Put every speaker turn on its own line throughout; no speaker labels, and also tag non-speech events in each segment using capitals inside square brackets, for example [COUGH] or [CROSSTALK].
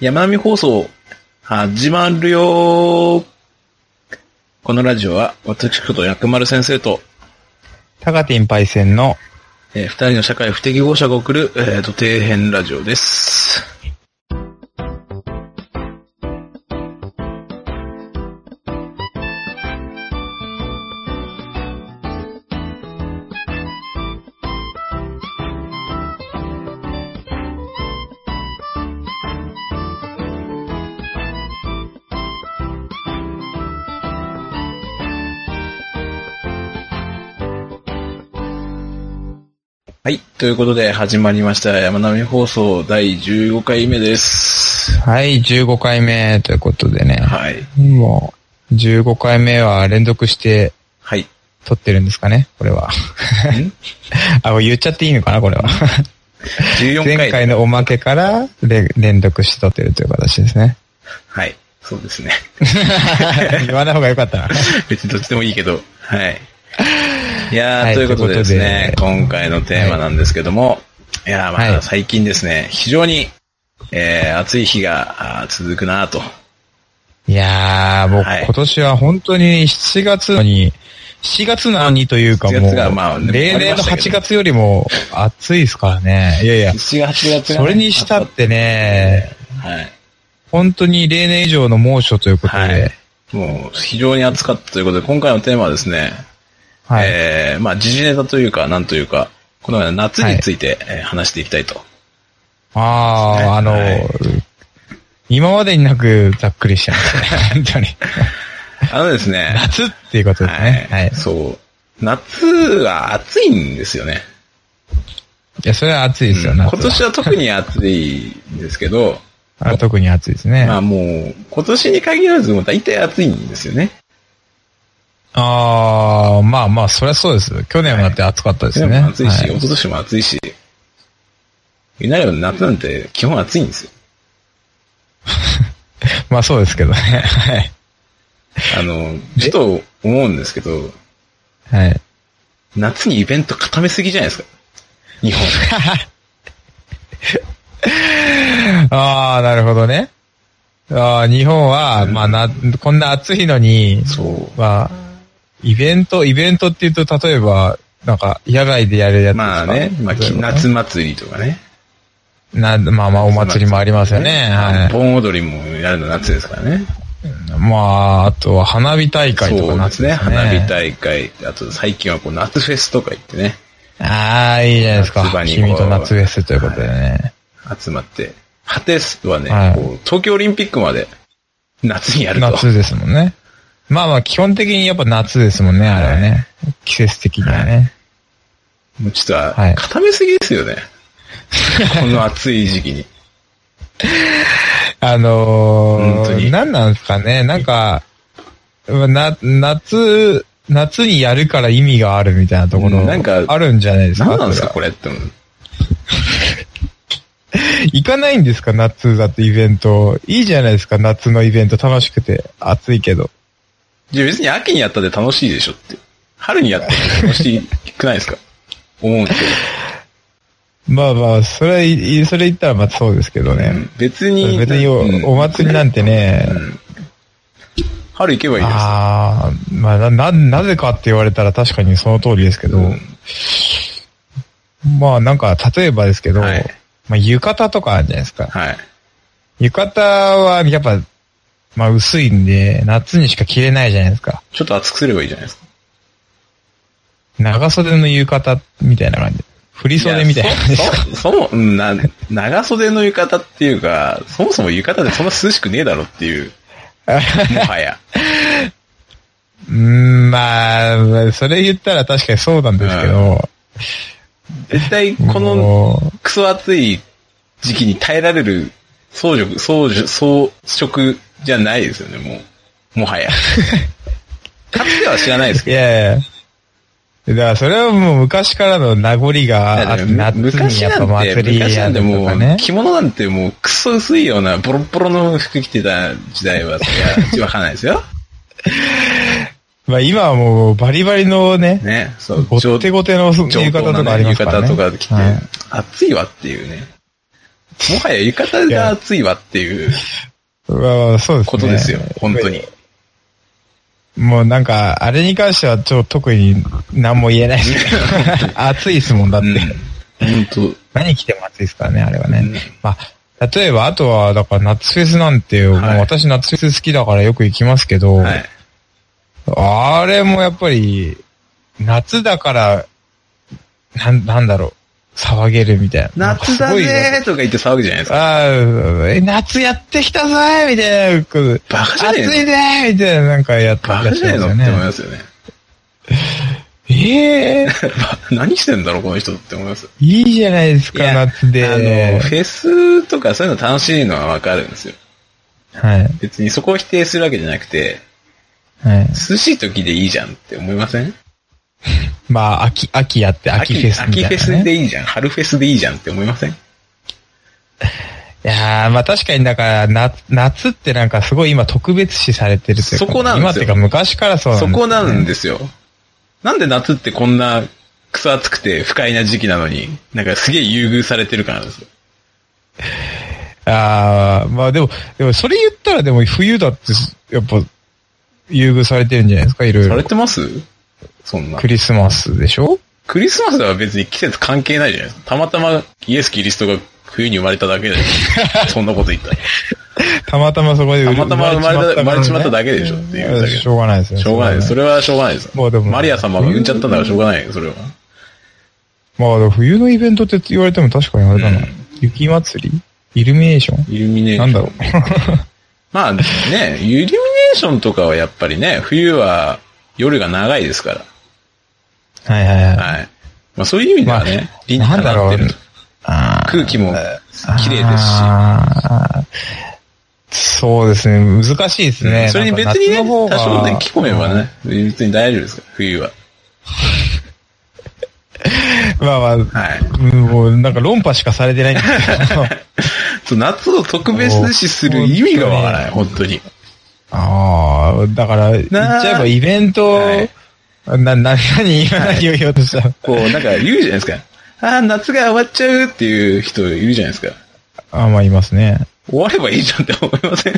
山並放送、始まるよこのラジオは、私こと薬丸先生と、
タガティンパイセンの、
えー二人の社会不適合者が送る、えー、と、底辺ラジオです。はい。ということで、始まりました。山並放送第15回目です。
はい、15回目ということでね。
はい。
もう、15回目は連続して
はい。
撮ってるんですかねこれは。 [LAUGHS] あ、言っちゃっていいのかなこれは。
14回。
前回のおまけかられ連続して撮ってるという形ですね。 [LAUGHS]
はい。そうですね。
言わない方がよかっ
[LAUGHS]
たな。
別にどっちでもいいけど。はい。いやー、
はい
ということでですね、
ということで
今回のテーマなんですけども、い、やー、ま
は
た
い
最近ですね、非常に、えー、暑い日があー続くなーと。
いやー、僕、
はい
今年は本当に7月なのに、7月なのにというか
7
も
月がまあ
う、
終
例年の
わりましたけ
8
ど
月よりも暑いですからね。いやいや、
7月8月が
それにしたってね、
はい。
本当に例年以上の猛暑ということ
は
で
い、。もう、非常に暑かったということで、今回のテーマはですね、
はい。
えー、まあ、時事ネタというか、なんというか、このような夏について、えー話していきたいと。
ああ、あの、
はい
今までになくざっく
[LAUGHS]
りしちゃいましたね。本当に。
あのですね、
[LAUGHS] 夏っていうことですね。はい。い、
そう。夏は暑いんですよね。
や、それは暑いですよ、夏は
今年は特に暑いんですけど、
あ特に暑いですね。
ま
あ
あもう、今年に限らずもう大体暑いんですよね。
あー、まあまあ、そりゃそうです。去年もだって暑かったです
去
よね。
年も暑いし、
は
一昨年も暑いし。いなれば夏なんて基本暑いんですよ。
まあそうですけどね。はい。
あの、ちょっと思うんですけど、
はい。
夏にイベント固めすぎじゃないですか。日
[LAUGHS]
本。
ああ、なるほどね。ああ、日本は、まあな、こんな暑いのに、
そう。
まあ、イベント、イベントって言うと、例えば、なんか、野外でやるやつですか
まあね、まあ、
例えば
夏祭りとかね。
な、まあまあ、お祭りもありますよね。は
盆踊りもやるの夏ですからね。
い。まあ、あとは花火大会と
そ
か
うで
夏
すね。花火
会。
大会。あと最近はこう夏フェスとか行ってね、
ああ、いいじゃないです
夏場
か。
にこう
君と夏フェスということでね。
集まって。果てすはね、
はい
こう東京オリンピックまで夏にやると。
夏ですもんね。まあまあ、基本的にやっぱ夏ですもんね、あれはね。季節的にはね。
もうちょっと
は
は、
い
固めすぎですよね。 [LAUGHS] この暑い時期に。
あの
本当に
ー、何なんですかね、なんか、な、夏、夏にやるから意味があるみたいなとこ
う
ろ、
んなんか
あるんじ [LAUGHS] ゃないですか
何なんですか、こ
それ
れって思う。
行かないんですか、夏だってイベント。いいじゃないですか、夏のイベント楽しくて、暑いけど。
じゃあ別に秋にやったって楽しいでしょって。春にやったって楽しくないですか思うんですけ
まあまあ、それはい、いそれ言ったらまあそうですけど
ど。う
ね。
ん別に。
[LAUGHS] 別にお,、
うん
お祭りなんてね、
うん春行けばいいです。
ああ、まあな、な、なぜかって言われたら確かにその通りですけど、
うん
まあなんか、例えばですけど、
はい
まあ浴衣とかあるじゃないですか。
はい。
浴衣はやっぱ、まあ薄いんで、夏にしか着れないじゃないですか。
ちょっと暑くすればいいじゃないですか。
長袖の浴衣みたいな感じ。振り袖みたいな感じですか。
そそも、うんな、長袖の浴衣っていうか、そもそも浴衣でそんな涼しくねえだろっていう。もはや。
うーん、まあ、それ言ったら確かにそうなんですけど、
絶対、この
もう
クソ暑い時期に耐えられる装飾、装飾、装飾じゃないですよね、もう。もはや。かつては知らないです
い
け
やいや。だからそれはもう昔からの名残があって、
ど。
夏に
昔
やっぱ
なんて、
祭りや
昔なん
る
て
と
も
か
う、
ね。
着物なんてもうクソ薄いようなボロッボロの服着てた時代は、それはわかんないですよ。
まあ今はもうバリバリのね、
ね、
[LAUGHS]
そう、
ごってごての浴
上
衣
等
とか
な
あ
ね
ります
浴
からね。
衣とか着て
はい、
暑いわっていうね。もはや浴衣が暑いわっていう
うわそうですね。
ことですよ、本当に。
もうなんか、あれに関してはちょっと特に何も言えない
[LAUGHS]
ですけど暑いですもん、だって。
うん。本
何着ても暑いですからね、あれはね。
うん
まあ、例えば、あとは、だから夏フェスなんて、もう
はい
私夏フェス好きだからよく行きますけど、
当。はい。
あれもやっぱり、夏だから、なん、なんだろう、騒げるみたいな。なんか
夏
す
だ
ごい
ねーとか言って騒ぐじゃないですか。
ああ、え夏やってきたぜみたいなこと。
バカじゃねえの
暑いねみたいな、なんかやって
バカじゃねえのって
や
思
って
い
ま
ますよね。 [LAUGHS]
すよね。ええ
何してんだろう、この人って思います。
いいじゃないで
[LAUGHS]
す
い
か、
や
夏で。
あの、フェスとかそういうの楽しいのはわかるんですよ。
はい。
別にそこを否定するわけじゃなくて、
はい。
涼しい時でいいじゃんって思いません
まあ、秋、秋やって、秋フェスみたいな、ね。
秋フェスでいいじゃん。春フェスでいいじゃんって思いません
いやー、まあ確かにだから、夏、夏ってなんかすごい今特別視されてるというか。
そこなんですよ
今っていうか昔からそうなん
そ
です
こなん
で。
ですよ。なんで夏ってこんなクソ暑くて不快な時期なのに、なんかすげえ優遇されてるからなんですよ。
あー、まあでも、でもそれ言ったらでも冬だって、やっぱ、優遇されてるんじゃないですか、いろい
され
ろ。
てますそんな
ク。リスマスでしょ
クリスマスは別に季節関係ないじゃないですか。たまたまイエス・キリストが冬に生まれただけ
[LAUGHS]
で、そんなこと言ったら。
たまたまそこで
たまたま生まれた生まれちまっただけでしょっていうだけ
しょうがないですよね。
しょうがないです。そ
れ
れはしょうがないです。
もうでも
マリア様が産んじゃったんだからしょうがないよ、それは。
は。まあ、冬のイベントって言われても確かにあれだな。
うん
雪祭りイルミネーション
イルミネーショ
な
ン。
んだろう。
まあね、イルミネーションとかはやっぱりね、冬は夜が長いですか
はいはいはい
ら。。はい。まあそういう意味ではね、理に
な
か
ん
な
だ
っ
ろ
て
う
る。。
あー
空気も綺麗ですし。
あーそうですね、難しいですね。
それに別にね、
なんか夏の方が
多少ね、聞こえばね、別に大丈夫ですから、冬は。
まあまあ、
はい。
うんもうなんか論破しかされてないんですけど。
そう夏を特別視する意味がわからない、本当に。
ああ、だから、言っちゃえばイベント、
はい
な、な、何、今何を言おうとした、
こう、なんか言うじゃないですか。ああ、夏が終わっちゃうっていう人いるじゃないですか。
あまあいますね。
終わればいいじゃんって思いま [LAUGHS] せ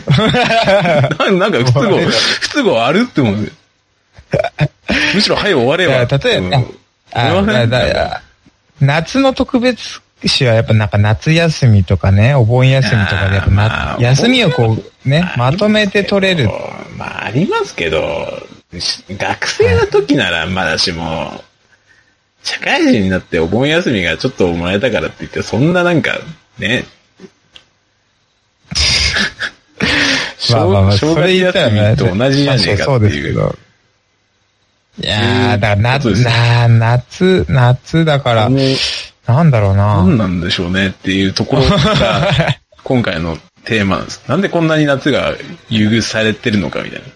んなんか不都合、不都合あるって思うんですよ。むしろ、はい、終われ
いや
ば。
例えば、
うん
あ
思いませ
だ
ん
だ夏の特別視はやっぱなんか夏休みとかね、お盆休みとかでやっぱ
いやー
な
まあ
休みをこうね、まとめて取れる。
まあ、ありますけど、し学生の時ならまだしも、社会人になってお盆休みがちょっともらえたからって言って、そんななんか、
[LAUGHS]
ね。
まあまあまあ、
正
それ
月
言ったら
休
ね
みと同じじゃねえか
そう
って
ですけ
いう。
ど。いやー、だから
そ
夏
うです、
な夏、夏だから、なんだろうな
何なんでしょうねっていうところ
[LAUGHS]
が、今回のテーマなんです。なんでこんなに夏が優遇されてるのかみたいな。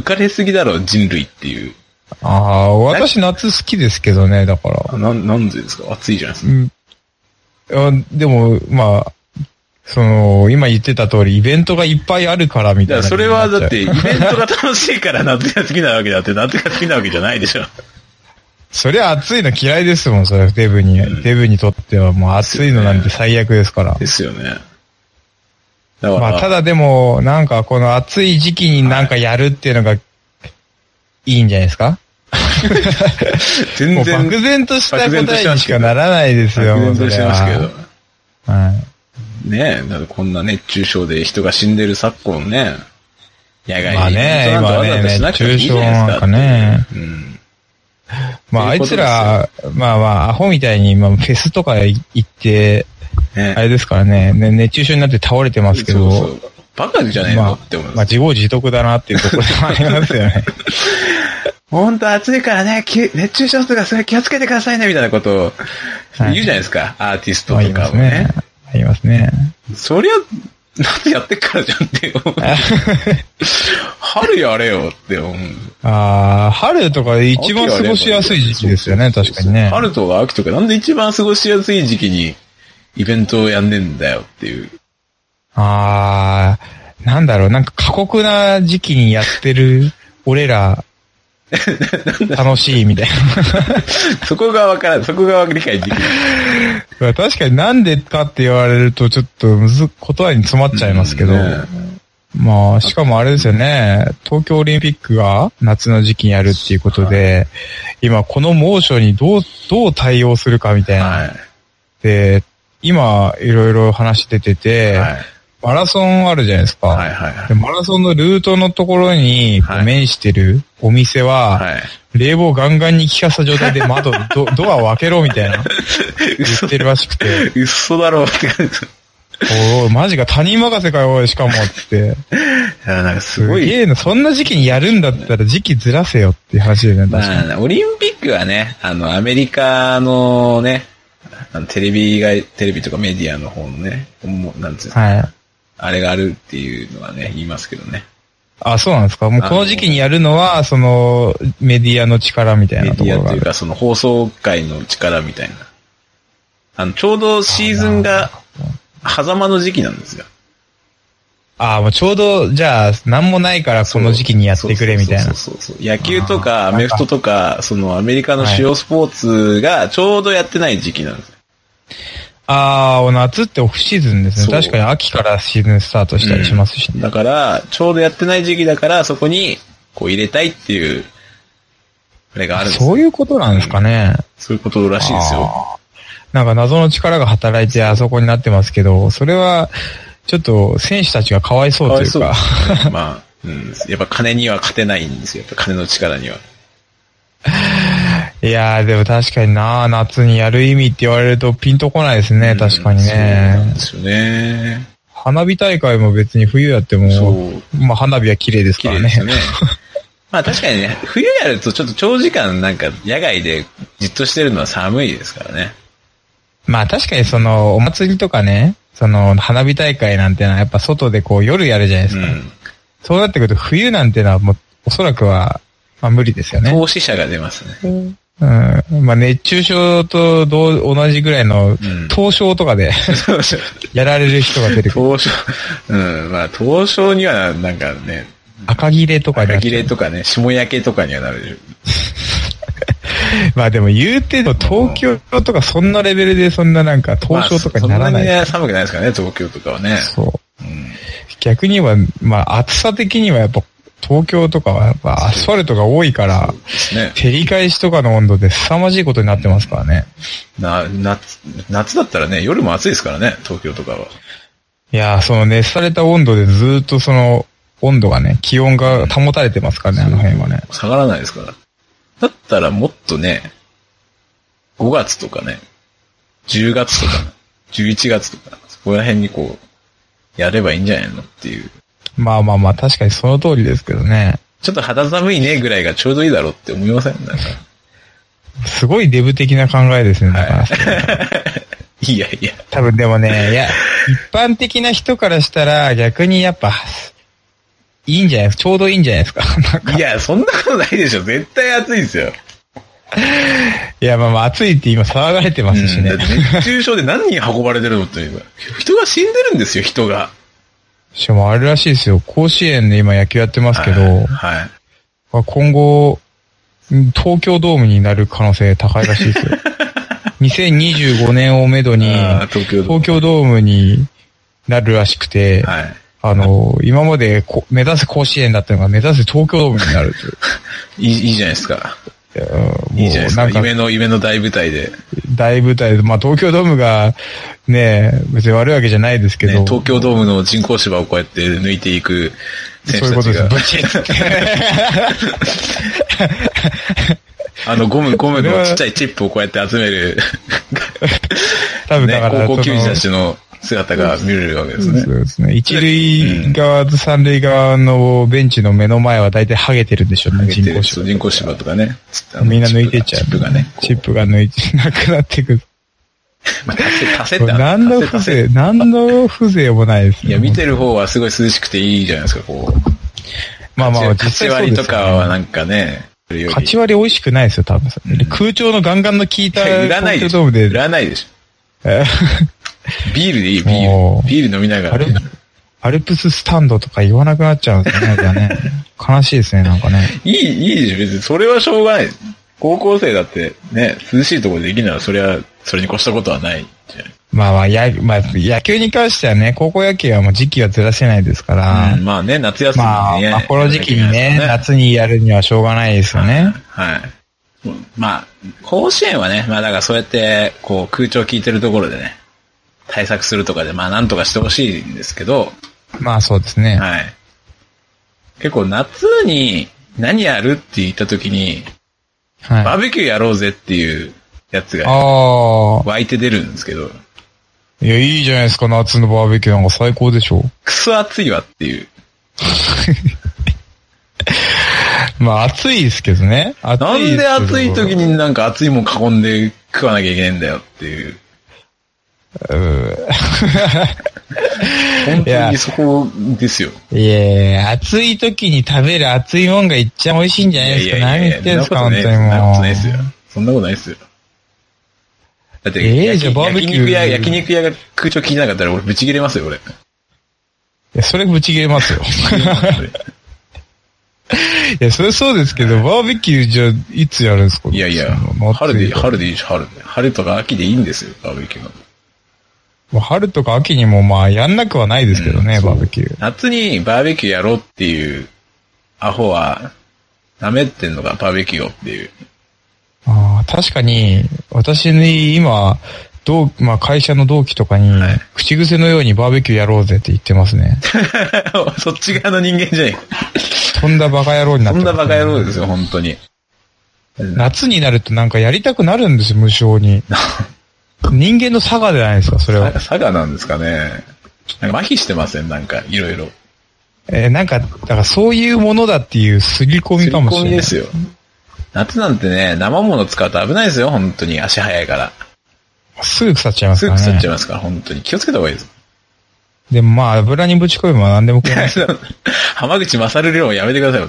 浮かれすぎだろ、人類っていう。
ああー、私夏好きですけどね、だから。
あなん、なんでですか暑いじゃないです
う
か。
ん。あでも、まあ、その、今言ってた通り、イベントがいっぱいあるからみ
だ
た
から
いな。
それはだって、イベントが楽しいから夏が好きなわけだって、夏が好きなわけじゃないでしょ。
そりゃ暑いの嫌いですもん、それ、デブに。デブにとってはもう暑いのなんて最悪ですから
[LAUGHS] で。すよね。だから、
まあ、ただでも、なんかこの暑い時期になんかやるっていうのが、いいんじゃないですかも
全
う
然、
漠
漠
然とした答えにしかならないですよ、
然としてますけ
も
ど
う。それははい。
ねえ、だってこんな熱中症で人が死んでる昨今ね、野外
まあ
にイ
ね
ベントなんてわざわざしなくてもいいじゃないですかっていう。
今ね
うん。
まあ、あ
という
い
こと
つら、まあまあ、アホみたいに、まあ、フェスとか行って、
ね
あれですからね、ね熱中症になって倒れてますけど、
そうそう。バカじゃねえの、
ま
って思い
あ、
ます。
まあ、自業自得だなっていうところもありま
[LAUGHS]
すよね。
本当暑いからね、き熱中症とかそれ気をつけてくださいね、みたいなことを
は
言
いう
じゃないですか、アーティスト
まあ、言
と
いま
か
す
もね
ね。。言いますね。
そりゃ、夏やってっからじゃんって思う。春やれよって思う。
ああ、春とか一番過ごしやすい時期ですよね、
そうそう
確
そう
かにね。
春とか秋とか、なんで一番過ごしやすい時期にイベントをやんねえんだよっていう。 [LAUGHS]
ああ、なんだろう、なんか過酷な時期にやってる、俺ら、楽しいみたい
そこがわからん。そこが理解できない。
な。確かになんでかって言われるとちょっとむず、言葉に詰まっちゃいますけど。
うんね
まあ、しかもあれですよね。東京オリンピックが夏の時期にやるっていうことで、今この猛暑にどう、どう対応するかみたいな。
は
で、今いろいろ話出て
い。
て、
はい。
マラソンあるじゃないですか。
はいはいは
でマラソンのルートのところにこう
はい
面してるお店は、
い。はい。
冷房ガンガンに効かせた状態で窓、ドドアを開けろみたいな言
嘘
ってるらしく
[LAUGHS]
て、
嘘だろうって感じ。い
おいマジか他人任せかよ、おいしかもって。
や、なんか [LAUGHS] す
す
ごい。
げえな、そんな時期にやるんだったら時期ずらせよっていう話だよね、確かに。
まあ、オリンピックはね、あの、アメリカのね、あのテレビが、テレビとかメディアの方のね、もうなんつうの、
はい。
あれがあるっていうのはね、言いますけどね。
あ、そうなんですかもうこの時期にやるのは、その、メディアの力みたい
メ
な
デ
とこ
ィ
ろ
アっ
があ
ていう
る。
か、その放送界の力みたいな。あの、ちょうどシーズンが、狭間の時期なんですよ。
あ、もうちょうど、じゃあ、なんもないからこの時期にやってくれみたい
そ
な
う。そうそうそう。野球とか
あー
アメフトとか、そのアメリカの主要スポーツがちょうどやってない時期なんですよ。
ああ、夏ってオフシーズンですね。
そう
確かに秋からシーズンスタートしたりしますしね。
だから、ちょうどやってない時期だから、そこに、こう入れたいっていう、あれがあるんです
そういうことなんですかね。
そういうことらしいですよ。
あーなんか謎の力が働いてあそこになってますけど、それは、ちょっと選手たちがかわいそう
か
と
わ
い
いうそうで
か。
すね。 [LAUGHS] まあ、うん。やっぱ金には勝てないんですよ。やっぱ金の力には。
いやー、でも確かにな夏にやる意味って言われるとピンとこないですね、確かに
そうなん
ね
で。すよね。
花火大会も別に冬やっても、
そう。
まあ花火は綺麗です
綺
から
麗ですよ
ね。
ね。 [LAUGHS] まあ確かにね、冬やるとちょっと長時間なんか野外でじっとしてるのは寒いですからね。
まあ確かにその、お祭りとかね、その、花火大会なんてのはやっぱ外でこう夜やるじゃないで
う
すか。
ん。
そうなってくると冬なんてのはもう、おそらくは、まあ無理ですよね。
投資者が出ますね。 [LAUGHS]
うん。まあ、熱中症と同同じぐらいの
ん、
凍傷とか
[LAUGHS]
で、
投資
やられる人が出てくる。
東証、うん、まあ東証にはなんかね、
赤切れとかにな
赤
っち
切
ゃう
れとかね、霜焼けとかにはなる。
まあでも言うて、東京とかそんなレベルでそんななんか凍傷とかにならない。
まあそそんなにね、寒くないですからね、東京とかはね。
そ
う
う。
ん
逆には、まあ暑さ的にはやっぱ東京とかはやっぱアスファルトが多いから、
ですね。
照り返しとかの温度で凄まじいことになってますからね。
な、夏、夏だったらね、夜も暑いですからね、東京とかは。
いやー、その熱された温度でずーっとその温度がね、気温が保たれてますからね、あの辺はね。
下がらないですから。だったらもっとね、5月とかね、10月とか、11月とか、そこら辺にこう、やればいいんじゃないのっていう。
まあまあまあ、確かにその通りですけどね。
ちょっと肌寒いねぐらいがちょうどいいだろうって思いませんなんか。
すごいデブ的な考えですね、だから。
いやいや。
多分でもね、いや、一般的な人からしたら逆にやっぱ、いいんじゃないですかちょうどいいんじゃないですか [LAUGHS] なんか
いや、そんなことないでしょ。絶対暑いですよ。
いや、まあまあ暑いって今騒がれてますしね。
だって熱中症で何人運ばれてるのって今。人が死んでるんですよ、人が。
しかもあれらしいですよ。甲子園で今野球やってますけど、
はい。
まあ今後、ん東京ドームになる可能性高いらしいです
[LAUGHS]
よ。2025年をめどに、
あー東京ドーム
東京ドームになるらしくて、
はい。
あの、今までこ目指す甲子園だったのが目指す東京ドームになるとい
い
う
い、いいじゃないですか。
いやー。も
[LAUGHS]
う
いいじゃないですか。
なん
夢
か
の、夢の大舞台で。
大舞台で、まあ東京ドームがね、別に悪いわけじゃないですけど、
ね、東京ドームの人工芝をこうやって抜いていく選
そういう
手
こ
た
と
ち
です
が
よ。、ブチッ
[LAUGHS]
て
あの
[LAUGHS]
ゴム、ゴム
それ
の
は
ちっちゃいチップをこうやって集める、
多分だ
ね
から、、
高校球児た
そ
ちの姿が見れるわけです
の
ね
そ。うですね。一塁側と三塁側のベンチの目の前は大体ハゲてるんでしょうね、人工
そう
芝。
人工芝とかね。つってあの
みんな抜いてっちゃう。
チップがね。
チップが抜いて、なくなってく
[LAUGHS]
る。
まあ、足せ、足せ
こ
って
れ
ある
[LAUGHS] 何の
足せ足せ
風情、何の風情もないです
い
ね。
や、見てる方はすごい涼しくていいじゃないですか、こう。
まあまあ、実
8
際そうで
割
すよね
とかはなんかね、それより
8割美味しくないですよ、多分。空調のガンガンの効いた
いや売らないでし
東京ド
ょ。
ーム
売
で。
らないでしょ。
え
[LAUGHS] ビールでいい、ビー
もう
ル。ビール飲みながら
あれ
ね。
アルプススタンドとか言わなくなっちゃうんですよね、じゃ
[LAUGHS]
あね。悲しいですね、なんかね。
いい、いいでしょ、別に。それはしょうがない。高校生だって、ね、涼しいところでできるなら、それは、それに越したことはないじゃない
まあまあ、や、まあ、野球に関してはね、高校野球はもう時期はずらせないですから、
うん、まあね、夏休みにね。
まあ、まあ、この時期に
やらなきゃいけない
ね、
です
夏にやるにはしょうがないですよね。
からね。はい。まあ、甲子園はね、まあだからそうやって、こう空調効いてるところでね、対策するとかで、まあなんとかしてほしいんですけど、
まあそうですね。
はい。結構夏に何やるって言った時に、
はい。
バ
あ
ーベキューやろうぜっていうやつが
あ
湧いて出るんですけど、
ー。いや、いいじゃないですか、夏のバーベキューなんか最高でしょ。
クソ暑いわっていう。
まあ暑いですけどね。暑
ない
す
ん
け
で
ど
暑い時になんか暑いもん囲んで食わなきゃいけないんだよっていう。本
い
当
や
にそこですよ。
いやいや暑い時に食べる暑いもんがいっちゃ美味しいんじゃないですか。何言ってんすか、
そん
本
なこと
当
ない
に
そんなこ
も
とないですよ。そ
う。
んなことないですよ。だって、
えー
焼き
じゃあバーベキュ
焼
ー
肉屋、焼肉屋が空調聞いてなかったら俺ブチ切れますよ、
[LAUGHS]
俺。
いや、それぶち切れますよ。 [LAUGHS] いや、それそうですけど、バーベキューじゃ、いつやるんですか
いやいや、
その
春で、
夏
春でいいし、春で。春とか秋でいいんですよ、バーベキューの。
まあ春とか秋にもまあ、やんなくはないですけどね、
うん
バーベキュー。
夏にバーベキューやろうっていう、アホは、舐めてんのか、バーベキューをっていう。 [LAUGHS]
ああ、確かに、私に今、同まあ、会社の同期とかに、
はい
口癖のようにバーベキューやろうぜって言ってますね。 [LAUGHS]
そっち側の人間じゃない。
とんだバカ野郎になっ
そ
て
ん
ます
なバカ野郎ですよ、本当に。
夏になるとなんかやりたくなるんですよ、無性に。人間の差がじゃないですか、それは。
さ佐賀なんですかね。なんか麻痺してませんなんか、いろいろ。
えーなんか、だからそういうものだっていう刷り込みかもしれない。
ですよ。夏なんてね、生物使うと危ないですよ、本当に。足早いから。
すぐ腐っちゃいます
す
か
ぐ
らね。
腐っちゃいますから、本当に。気をつけた方がいいです。
でもまあ、油にぶち込めば何でも
[LAUGHS]
食えます。
浜口勝る量はやめてくださいよ。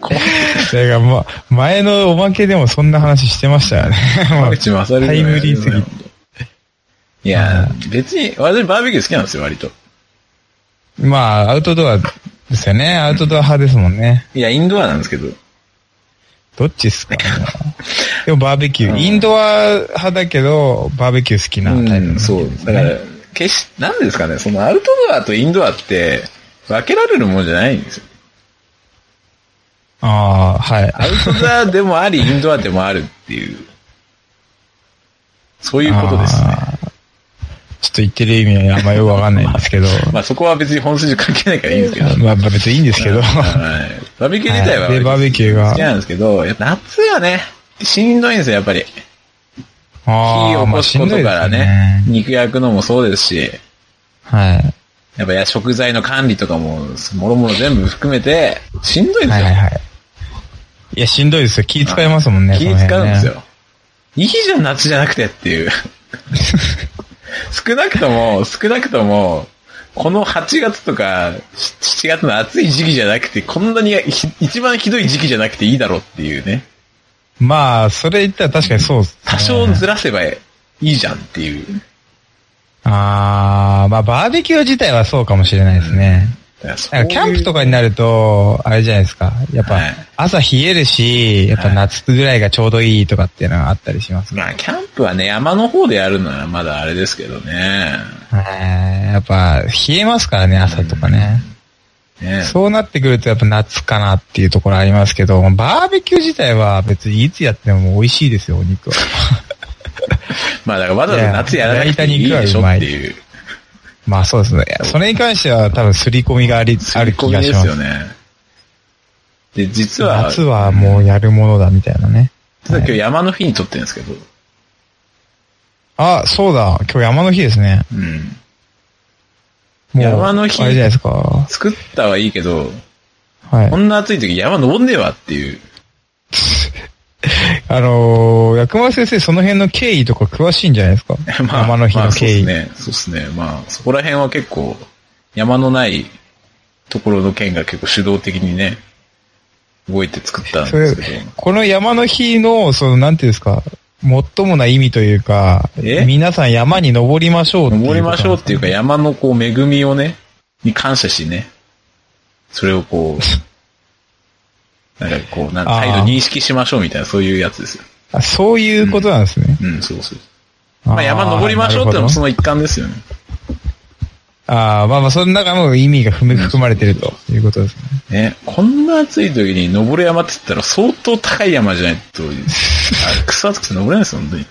こ
だからまあ、前のおまけでもそんな話してましたよ
[LAUGHS]
ね。ま
浜
あ
口勝る量
タ
は
イ
や
ム
めて
リー
くださ
す
いよ
ぎて。
いや、別に、私バーベキュー好きなんですよ、割と。
まあ、アウトドアですよね。アウトドア派ですもんね。
いや、インドアなんですけど。
どっちっすかでもバーベキュー。インドア派だけど、バーベキュー好きなタイプ
う
の
ん、
人
そう
で。す
だ
ね、
から、決し、なんですかね、そのアウトドアとインドアって、分けられるもんじゃないんですよ。
ああ、はい。
アウトドアでも
[LAUGHS]
あり、インドアでもあるっていう。そういうことですね。
あーちょっと言ってる意味はあんまよくわかんないんで
[LAUGHS]
すけど。
まあそこは別に本筋関係ないからいいんですけ
[LAUGHS]
ど。
まあ別にいいんです
[LAUGHS]
けど。
はい。バーベキュー自体は、
はいでバーベキューが
好きなんですけど、やっぱ夏はね、しんどいんですよ、やっぱり。火
あ
を
あ、
起
ま
こ
あ
す
し
こ
ん
と
どいで
か
す
ら
よ
ね、。肉焼くのもそうですし、
はい。
やっぱ食材の管理とかも、もろもろ全部含めて、しんどいんです
はい
よ
はい。はい。いや、しんどいですよ。気使いますもんね。
気
その辺
使うん
ね
です。よ。いいじゃん、夏じゃなくてっていう。少なくとも、少なくとも、この8月とか7月の暑い時期じゃなくて、こんなにひ一番ひどい時期じゃなくていいだろうっていうね。
まあ、それ言ったら確かにそうっすね
多少ずらせばいいじゃんっていう。
ああ、まあ、バーベキュー自体はそうかもしれないですね。
だか
なんかキャンプとかになると、あれじゃないですか。やっぱ
はい、
朝冷えるし、やっぱ夏ぐらいがちょうどいいとかっていうのがあったりします
まあ、キャンプはね、山の方でやるのはまだあれですけどね。
はい。やっぱ、冷えますからね、朝とかね。
ね
そうなってくるとやっぱ夏かなっていうところありますけど、バーベキュー自体は別にいつやっても美味しいですよ、お肉は。
[LAUGHS] まあ、だからわざわざ夏やらなくていいでしょっていう。
まあそうですね。それに関しては多分刷り込みがあり、あ
あ
る
り込
気
み
がし
で
ますす。
よね。で、実は、
夏はもうやるものだみたいなね。
実は今日山の日に撮ってるんですけど、
あ、そうだ。今日山の日ですね。
うん。
もう、
山の日
あれじゃないですか。
作ったはいいけど、
はい
こ。んな暑い時山登んねえわっていう。。
あのー、薬丸先生その辺の経緯とか詳しいんじゃないですか
[LAUGHS] まあ、
山の日
ま
の
あそう
経
です
緯。
ね。そうですね。まあ、そこら辺は結構、山のないところの県が結構主導的にね、動いて作ったん
そ
で
れ
すけど。、
この山の日の、その、なんていうんですか、もっともな意味というか、
え
皆さん山に登りましょうっていうこ
登
と
りましょうっていうか、
なんです
山のこう、恵みをね、に感謝しね、それをこう、なんかこう、なんか
あー
態度認識しましょうみたいな、そういうやつですよ。
かねあそういうことなんですね。
うん、そうそう。まあ、山
ー
登りましょうってのも
なるほど
その一環ですよね。
ああ、まあまあ、その中の意味が含め含まれてるということですね。
ね、こんな暑い時に登る山って言ったら相当高い山じゃないと、あくそ暑くて登れないですよ、本当に。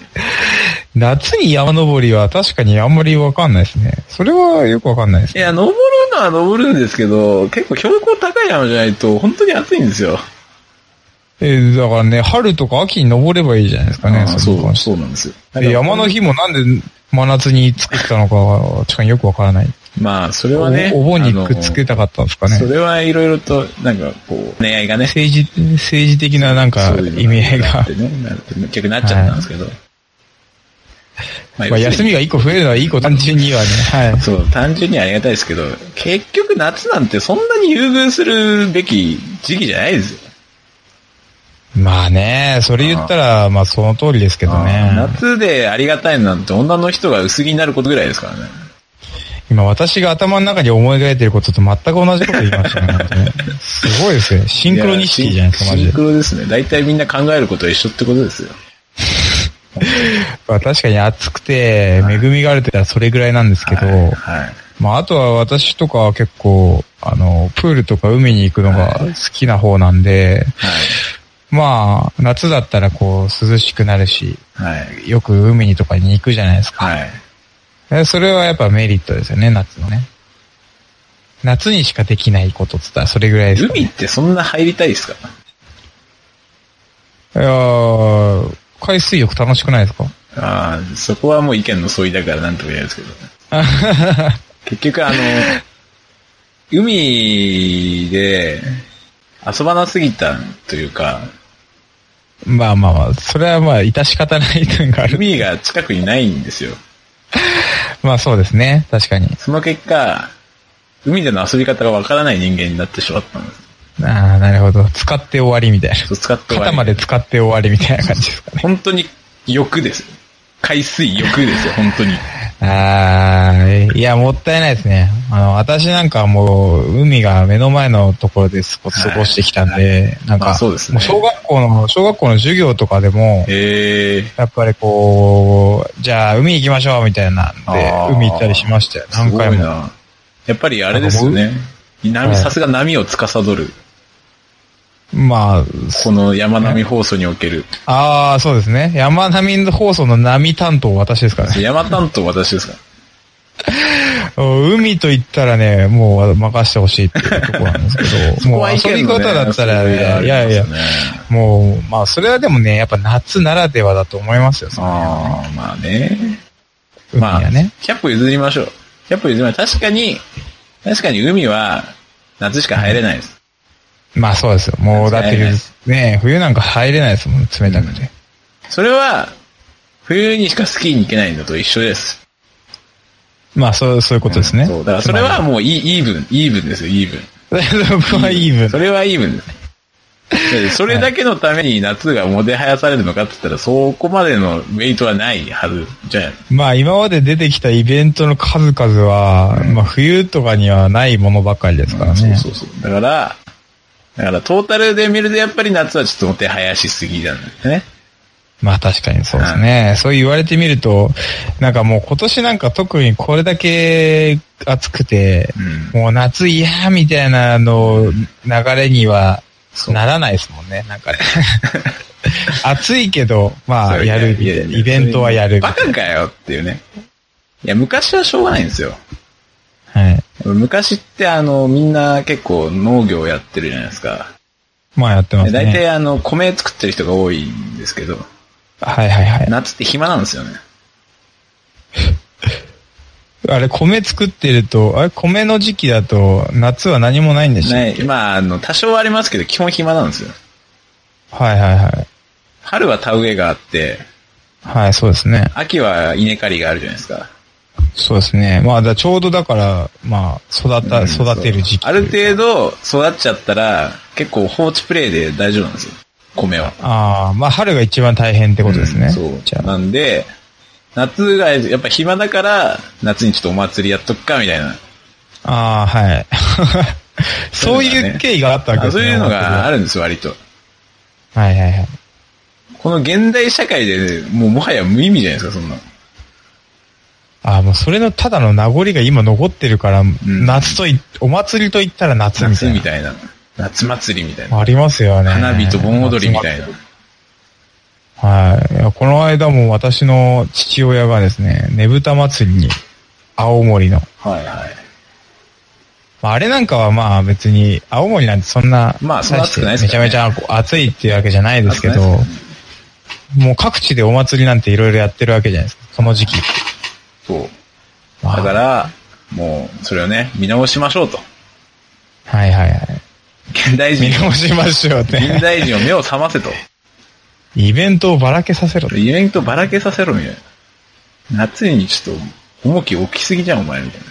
夏に山登りは確かにあんまりわかんないですね。それはよくわかんないです
い
ね。
や、登るのは登るんですけど、結構標高高い山じゃないと、本当に暑いんですよ。
えーだからね、春とか秋に登ればいいじゃないですかね。
あー
その
そう、そうなんですよ。
で山の日もなんで真夏に作ったのかは、確かによくわからない。
まあ、それはね。
おお盆にくっ
あ
つ
の
けたかったんですかね。
それはいろいろと、なんかこう、恋愛がね、
政治、政治的ななんか
そういう
意味合い
のあ
が
っ。てね、なんか結局なっちゃったんですけど。ま
まあ、休みが一個増えるのはいいこと、単
[LAUGHS]
純にはね。はい。
そう、単純にありがたいですけど、結局夏なんてそんなに優遇するべき時期じゃないですよ。
まあね、それ言ったら、まあその通りですけどね。
夏でありがたいなんて女の人が薄着になることぐらいですからね。
今私が頭の中に思い描いてることと全く同じこと言いましたね。本当にすごいですね。シンクロニシティじゃないですか、マ
や
ジ
シン
で。
クロですね。大体みんな考えることは一緒ってことですよ。
まあ確かに暑くて、恵みがあるって言ったらそれぐらいなんですけど、
はい。
まああとは私とかは結構、あの、プールとか海に行くのが好きな方なんで、
は
まあ、夏だったらこう、涼しくなるし、
い。はい。
よく海にとかに行くじゃないですか。
はい。
えそれはやっぱメリットですよね、夏のね。夏にしかできないことって言ったらそれぐらいですか、
海
ね。
ってそんな入りたいですか
いやー海水浴楽しくないですか
ああ、そこはもう意見の相違だからなんとも言えないです
[LAUGHS]
けど。結局あの、海で遊ばなすぎたというか、
まあまあまあ、それはまあ、致し方ないというかある。
海が近くにないんですよ。
まあそうですね、確かに。
その結果、海での遊び方がわからない人間になってしまったんです。
ああ、なるほど。使って終わりみたいな。
そう使って終わり
肩まで使って終わりみたいな感じですかね。
本当に欲ですよ。海水欲ですよ、本当
[LAUGHS]
に。
ああ、いや、もったいないですね。あの、私なんかはもう、海が目の前のところですご過ごしてきたんで、なん
まあ
か、
そうですね
もう小学校の、小学校の授業とかでも、
ええ
やっぱりこう、じゃあ海行きましょうみたいなん
あー
で、海行ったりしましたよ。
す
何
ご
回
い
も。
な。やっぱりあれですよね。波、
はい
さすが波を司る。
まあ、
この山並放送におけ
[LAUGHS]
る。
ああ、そうですね。山並放送の波担当私ですからね。 [LAUGHS]
山担当私ですか
海と言ったらね、もう任してほしいっていうところなんですけ
[LAUGHS]
ど、もう遊び方だったら、ね、いやいやいや、もう、まあそれはでもね、やっぱ夏ならではだと思いますよ、その
ああ、まあね。
海
まあ
はね。、
100歩譲りましょう。100歩譲りましょう。確かに、確かに海は夏しか入れないです。
まあそうですよ。もうだって
入れないで
ね、冬なんか入れないですもん、冷たくて。
それは、冬にしかスキーに行けないのと一緒です。
まあそう、そういうことですね。
そう。だからそれはもうイイーブン、イーブンですよ、イーブン。
つまり、 [LAUGHS] 僕はいい分。
それはいい分ですね。でそれだけのために夏がもてはやされるのかって言ったら、そこまでのメイトはないはずじゃない
まあ今まで出てきたイベントの数々は、まあ冬とかにはないものばかりですからね。
そうそうそう。だから、だからトータルで見るとやっぱり夏はちょっともてはやしすぎなんですね。
まあ確かにそうですね。そう言われてみると、なんかもう今年なんか特にこれだけ暑くて、
うん。
もう夏嫌みたいなあの流れには
そう
ならないですもんね、な
[LAUGHS]
んかね。暑いけど、ま
そ
あ
う
やる、
いいや
イベントはやる。
バカかよっていうね。いや、昔はしょうがないんですよ。
はい。
昔ってあの、みんな結構農業やってるじゃないですか。
まあやってま
です
ね。
大体あの、米作ってる人が多いんですけど、
はいはいはい。
夏って暇なんですよね。
あれ、米作ってると、あれ、米の時期だと、夏は何もないんでしょ、
ね、まあ、あの、多少はありますけど、基本暇なんですよ。
はいはいはい。
春は田植えがあって、
はい、そうですね。
秋は稲刈りがあるじゃないですか。
そうですね。まあ、だちょうどだから、まあ、育た、
うん
育てる時期
ある程度育っちゃったら、結構放置プレイで大丈夫なんですよ。米は。
ああ、まあ春が一番大変ってことですね。
うんそう。
じゃあ。
なんで、夏がやっぱ暇だから、夏にちょっとお祭りやっとくか、みたいな。
ああ、はい。 [LAUGHS] そ
そ
う
うだ
い
ね
う経緯があったわけ
あ
です
そう
ね。
いうのがあ
る。
るんですよ、割と。
はいはいはい。
この現代社会で、もうもはや無意味じゃないですか、そんな。
ああ、もうそれのただの名残が今残ってるから、夏とい、お祭りと言ったら夏み
夏
たいな。
みたいな。夏祭りみたいな。
ありますよね。
花火と盆踊りみたいな。
はいいや。この間も私の父親がですね、ねぶた祭りに、青森の。
はいはい。
まあ、あれなんかはまあ別に、青森なんてそんな、
まあそんな暑くないで
ですす
からね
めちゃめちゃ暑いっていうわけじゃないですけど、
暑くないで
もう各地でお祭りなんていろいろやってるわけじゃないですか、この時期。
そう。
まあ
だから、もう、それをね、見直しましょうと。
はいはいはい。
現代
見
人、
直しましょう
現
ね。
代人を目を覚ませと。
イベントをばらけさせろと。
イベントばらけさせろ、みたいな。夏にちょっと、重き置きすぎじゃん、お前、みたい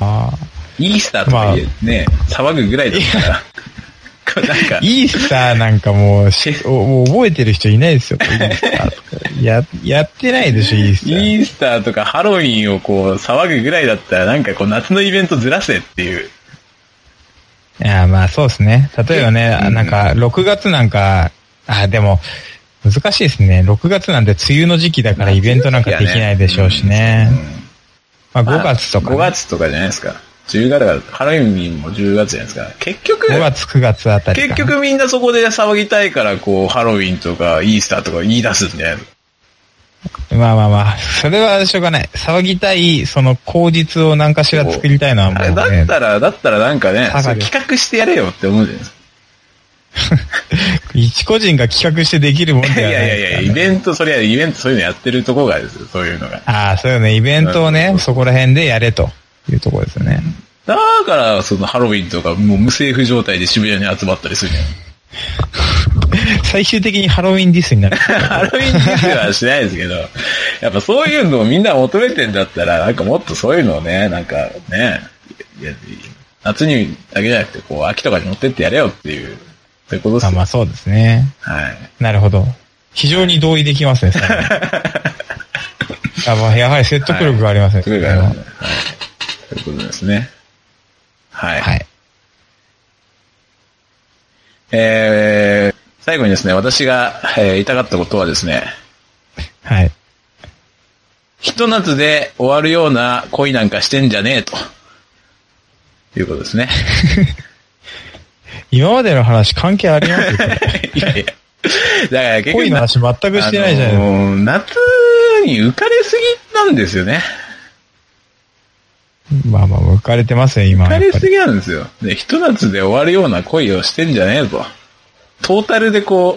な。
ああ。
イースターとか言え、ね、騒ぐぐらいだったら、こうなんか、
イースターなんかもうし、おもう覚えてる人いないですよ、イースターとか。や、やってないでしょ、イースター。
イースターとかハロウィンをこう、騒ぐぐらいだったら、なんかこう、夏のイベントずらせっていう。
いや、まあそうですね。例えばね、
うん
なんか、6月なんか、あ、でも、難しいですね。6月なんて梅雨の時期だからイベントなんかできないでしょうしね。まあ
うん
5月とか、
5月とかじゃないですか。10月だから、ハロウィンも10月じゃないですか。結局、
5月、9月あたりか
結
な。
局みんなそこで騒ぎたいから、こう、ハロウィンとかイースターとか言い出すんじゃないの
まあまあまあ、それはしょうがない。騒ぎたい、その口実を何かしら作りたいのはもう、ね。
だったら、だったらなんかね、
下
そ
が
う
る
企画してやれよって思うじゃないですか。
一個人が企画してできるもんではないい
や
です
い
からね、
やいや、イベント、そりゃイベントそういうのやってるとこがですよ、そういうのが。
ああ、そうよね。イベントをね、そこら辺でやれというところですよね。
だから、そのハロウィンとか、もう無政府状態で渋谷に集まったりするじゃ
[LAUGHS]
ん。
最終的にハロウィンディスに
[LAUGHS]
なる。
ハロウィンディスはしないですけど、やっぱそういうのをみんな求めてんだったら、なんかもっとそういうのをね、なんかね、いや夏にだけじゃなくて、こう、秋とかに持ってってやれよっていう、そういうことです
あ
よ
まあそうですね。
はい。
なるほど。非常に同意できます
[LAUGHS]
ね、それはあまあやはり説得力がありますね。
ということで、はい。ということですね。はい。
はい。
えー、最後にですね、私が、えー言いたかったことはですね、
はい。
ひと夏で終わるような恋なんかしてんじゃねえと。いうこと
[LAUGHS]
ですね。
今までの話関係あり
[LAUGHS]
ますよ。
いやいや。だから結局、
恋の話全くしてないじゃ
あ
ないですか。
のー夏に浮かれすぎなんですよね。
まあまあ、浮かれてますね、今。
浮か
やっ
れ
ぱ
す
り
ぎなんですよ。で、ひと夏で終わるような恋をしてんじゃねえと。トータルで
[LAUGHS]
こ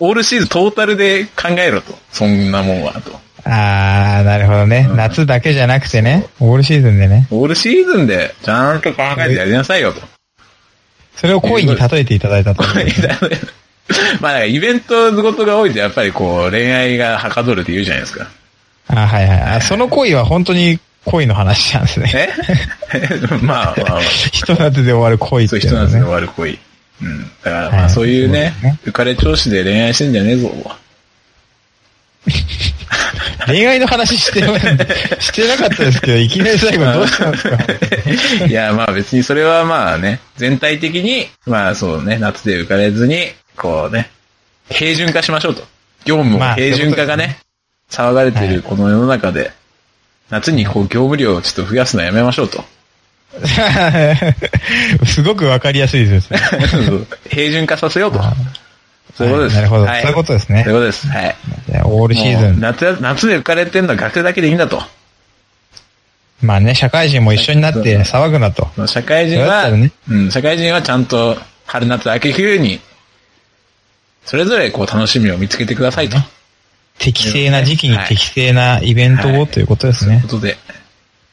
う、オールシーズントータルで考えろと。そんなもんは、と。
あー、なるほどね。
うん
夏だけじゃなくてね、オールシーズンでね。
オールシーズンでちゃんと考えてやりなさいよと。
それを恋に例えていただいたと。
[LAUGHS] まあ、イベントごとが多いとやっぱりこう、恋愛がはかどるって言うじゃないですか。
あはいはい。あその恋は本当に恋の話なんですね。
え [LAUGHS] まあまあまあ。
ひと夏で終わる恋っ
そう、
ていう
人
の
夏で
はね
終。わる恋。うん。だから、ま
は
あ、
い
そういうね
そうですね、
浮かれ調子で恋愛してんじゃねえぞ。 [LAUGHS]
恋愛の話してなしてなかったですけど、いきなり最後どうしたんですか
いや、まあ別にそれはまあね、全体的に、まあそうね、夏で浮かれずに、こうね、平準化しましょうと。業務
ま
も
あ
平準化がね、騒がれて
は
る
い
この世の中で、夏にこう業務量をちょっと増やすのはやめましょうと。
[LAUGHS] すごくわかりやすいですね。
平準化させようと。そういうことで
はい
す。
なるほど。そう
はい
いうことです
そうい
ね
う。ことです。はい。
じゃあオールシーズ
もう
ン。
夏や、夏で浮かれてんのは額だけでいいんだと。
まあね、社会人も一緒になって騒ぐなと。
社会人
だっ
は、
たらね
うん、社会人はちゃんと春夏秋冬に、それぞれこう楽しみを見つけてくださいと。
適正な時期に
はい
適正なイベント
はい
をということで
と
す
いう
ね
こ。とで。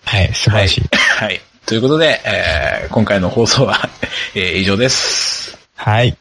はい、素晴らしい。
はい。はい。ということで、えー今回の放送は、えー以上です。
はい。